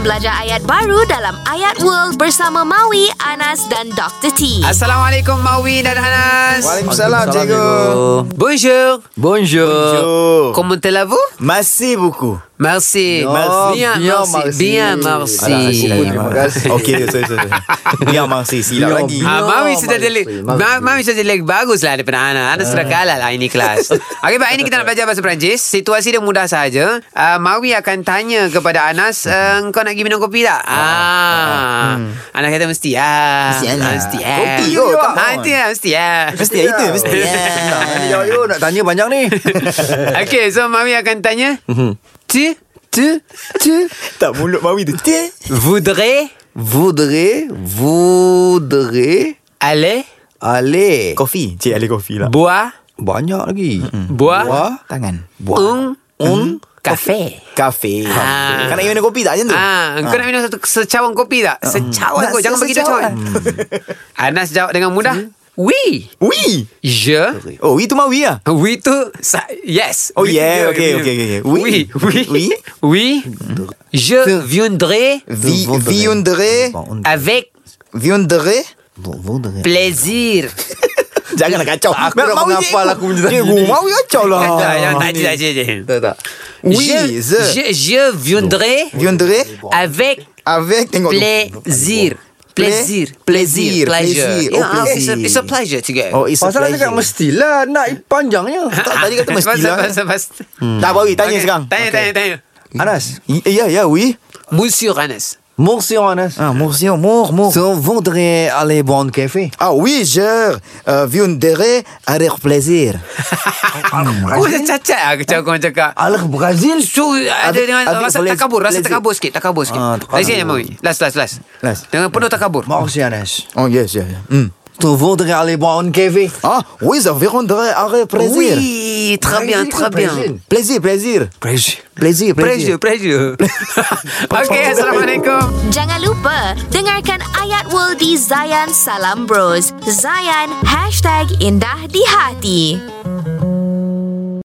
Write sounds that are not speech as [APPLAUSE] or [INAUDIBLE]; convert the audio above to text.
belajar ayat baru dalam Ayat World bersama Maui, Anas dan Dr. T. Assalamualaikum Mawi dan Hanas. Waalaikumsalam, cikgu. Bonjour. Bonjour. Bonjour. Comment allez-vous? Masih buku. Merci. Merci. Bien, Bien, merci. merci. Bien, merci. Alah, Si. buku terima Terima kasih. Okey, sorry, sorry. [LAUGHS] Biar masih silap Biar lagi. masih. Ah, Ya, Mami sudah bagus, jelek bagus. Ma- Mami sudah jelek Baguslah daripada Ana Ana Ah. sudah kalah lah ini kelas Okey baik ini kita nak belajar bahasa Perancis Situasi dia mudah saja uh, Mawi akan tanya kepada Anas uh, Kau nak pergi minum kopi tak? ah, Ah, Anas kata mesti ah, Mesti, Anas. ah, Mesti ah. hmm. lah. Kopi kot, come on. Ah, Nanti lah mesti ah. Mesti lah itu, mesti. Senang ni, jawab you. Nak tanya banyak ni. [LAUGHS] Okey so Mawi akan tanya Tu Tu Tu [LAUGHS] Tak mulut Mawi tu. Teh. Voudrais Voudrais, voudrais Aller aller Kopi. Cik Ali kopi lah. Boire banyak lagi. Boire Tangan. Un Un Café Kafe. Ah. Kau nak minum kopi tak macam tu? Ah, kau nak minum satu secawan kopi tak? Secawan Nak kot, jangan bagi dia secawan. cawan. Anas jawab dengan mudah. Oui. Oui. Je. Oh, itu Mawi lah. Oui tu sa- yes. Oh, Oui, yeah, je- okay, je- okay, okay, okay. Oui. Oui. Oui. Oui. Oui. Je viendrai Vi- viendrai avec viendrai Voudrais. plaisir. Jangan nak kacau. Aku Ma- nak Mawi menghafal cikgu. aku punya tadi Cikgu, ni. Mawi kacau Ah, lah. Tak, jangan, tak, tak, tak, tak. Tak tak. Oui, Je- je. je je viendrai viendrai avec avec tengok tu. plaisir. Plaisir. Plaisir, Plaisir. Pleasure. Ah, plaisir. Oh, Yeah, it's a- plaisir. It's a pleasure to go. Oh, it's a Pasal pleasure. cakap mestilah nak panjangnya. tak Ah, tadi kata [LAUGHS] mesti Pasal- lah pasal- pasal- Tak, Mawi, tanya Okay, sekarang. Tanya, tanya, tanya. Anas, I- ya ya oui Monsieur Anas. monsieur Anas. ah mon Seigneur, mort mort So voudrais aller boire un eh, café. ah oui je euh, viendrai avec plaisir Kau macam cacat lah Macam kau cakap Alah Brazil. So ada Adik- dengan adik Rasa boleh- takabur Rasa boleh- takabur sikit Takabur sikit Ah, Dari sini Mawi Last last last Last. Dengan penuh Euh, takabur Merci Anas. oh yes yes yes. Hmm. Tu voudrais aller boire un café. ah oui je viendrai avec plaisir Oui Très bien Très bien plaisir plaisir Brazil. plaisir Pressure Pressure [LAUGHS] Okay Assalamualaikum Jangan lupa, dengarkan Ayat World di Zayan Salam Bros. Zayan, hashtag indah di hati.